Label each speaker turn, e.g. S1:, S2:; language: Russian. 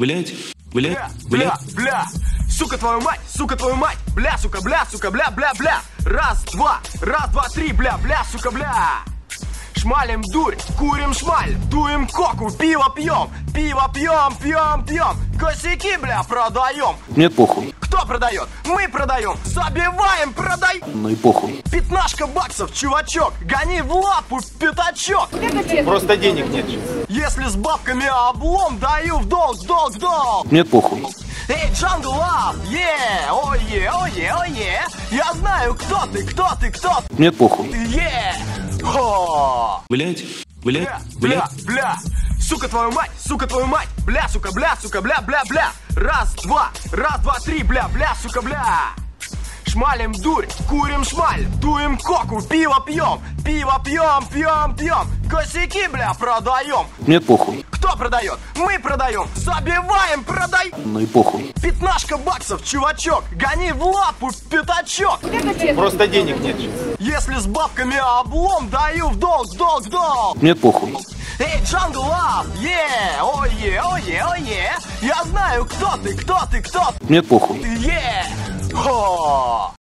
S1: Блять, блять,
S2: Бля, бля,
S1: блять.
S2: бля. Сука твою мать, сука твою мать. Бля, сука, бля, сука, бля, бля, бля. Раз, два, раз, два, три, бля, бля, сука, бля. Шмалим дурь, курим шмаль, дуем коку, пиво пьем, пиво пьем, пьем, пьем. Косяки, бля, продаем.
S3: Мне похуй,
S2: Кто продает? Мы продаем. Забиваем, продай.
S3: ну и похуй.
S2: Пятнашка баксов, чувачок, гони в лапу пятачок.
S4: Просто денег нет.
S2: Если с бабками облом, даю в долг, в долг, в долг.
S3: Мне похуй.
S2: Эй, Джангл Лав, е, ое, ое, ое, я знаю, кто ты, кто ты, кто
S3: Мне похуй.
S2: ты, е, хо,
S1: Блять, блять,
S2: бля, бля,
S1: блять.
S2: бля, сука твою мать, сука твою мать, бля, сука, бля, сука, бля, бля, бля, раз, два, раз, два, три, бля, бля, сука, бля. Шмалим дурь, курим шмаль, дуем коку, пиво пьем, пиво пьем, пьем, пьем, косяки, бля, продаем.
S3: Мне похуй,
S2: Кто продает? Мы продаем, забиваем, продай.
S3: ну и похуй.
S2: Пятнашка баксов, чувачок, гони в лапу пятачок.
S4: Просто денег нет.
S2: Если с бабками облом, даю в долг, в долг, в долг.
S3: Мне похуй.
S2: Эй, Джангл а, Лав, е, ое, ое, ое, я знаю, кто ты, кто ты, кто
S3: Мне похуй.
S2: ты, е, хо.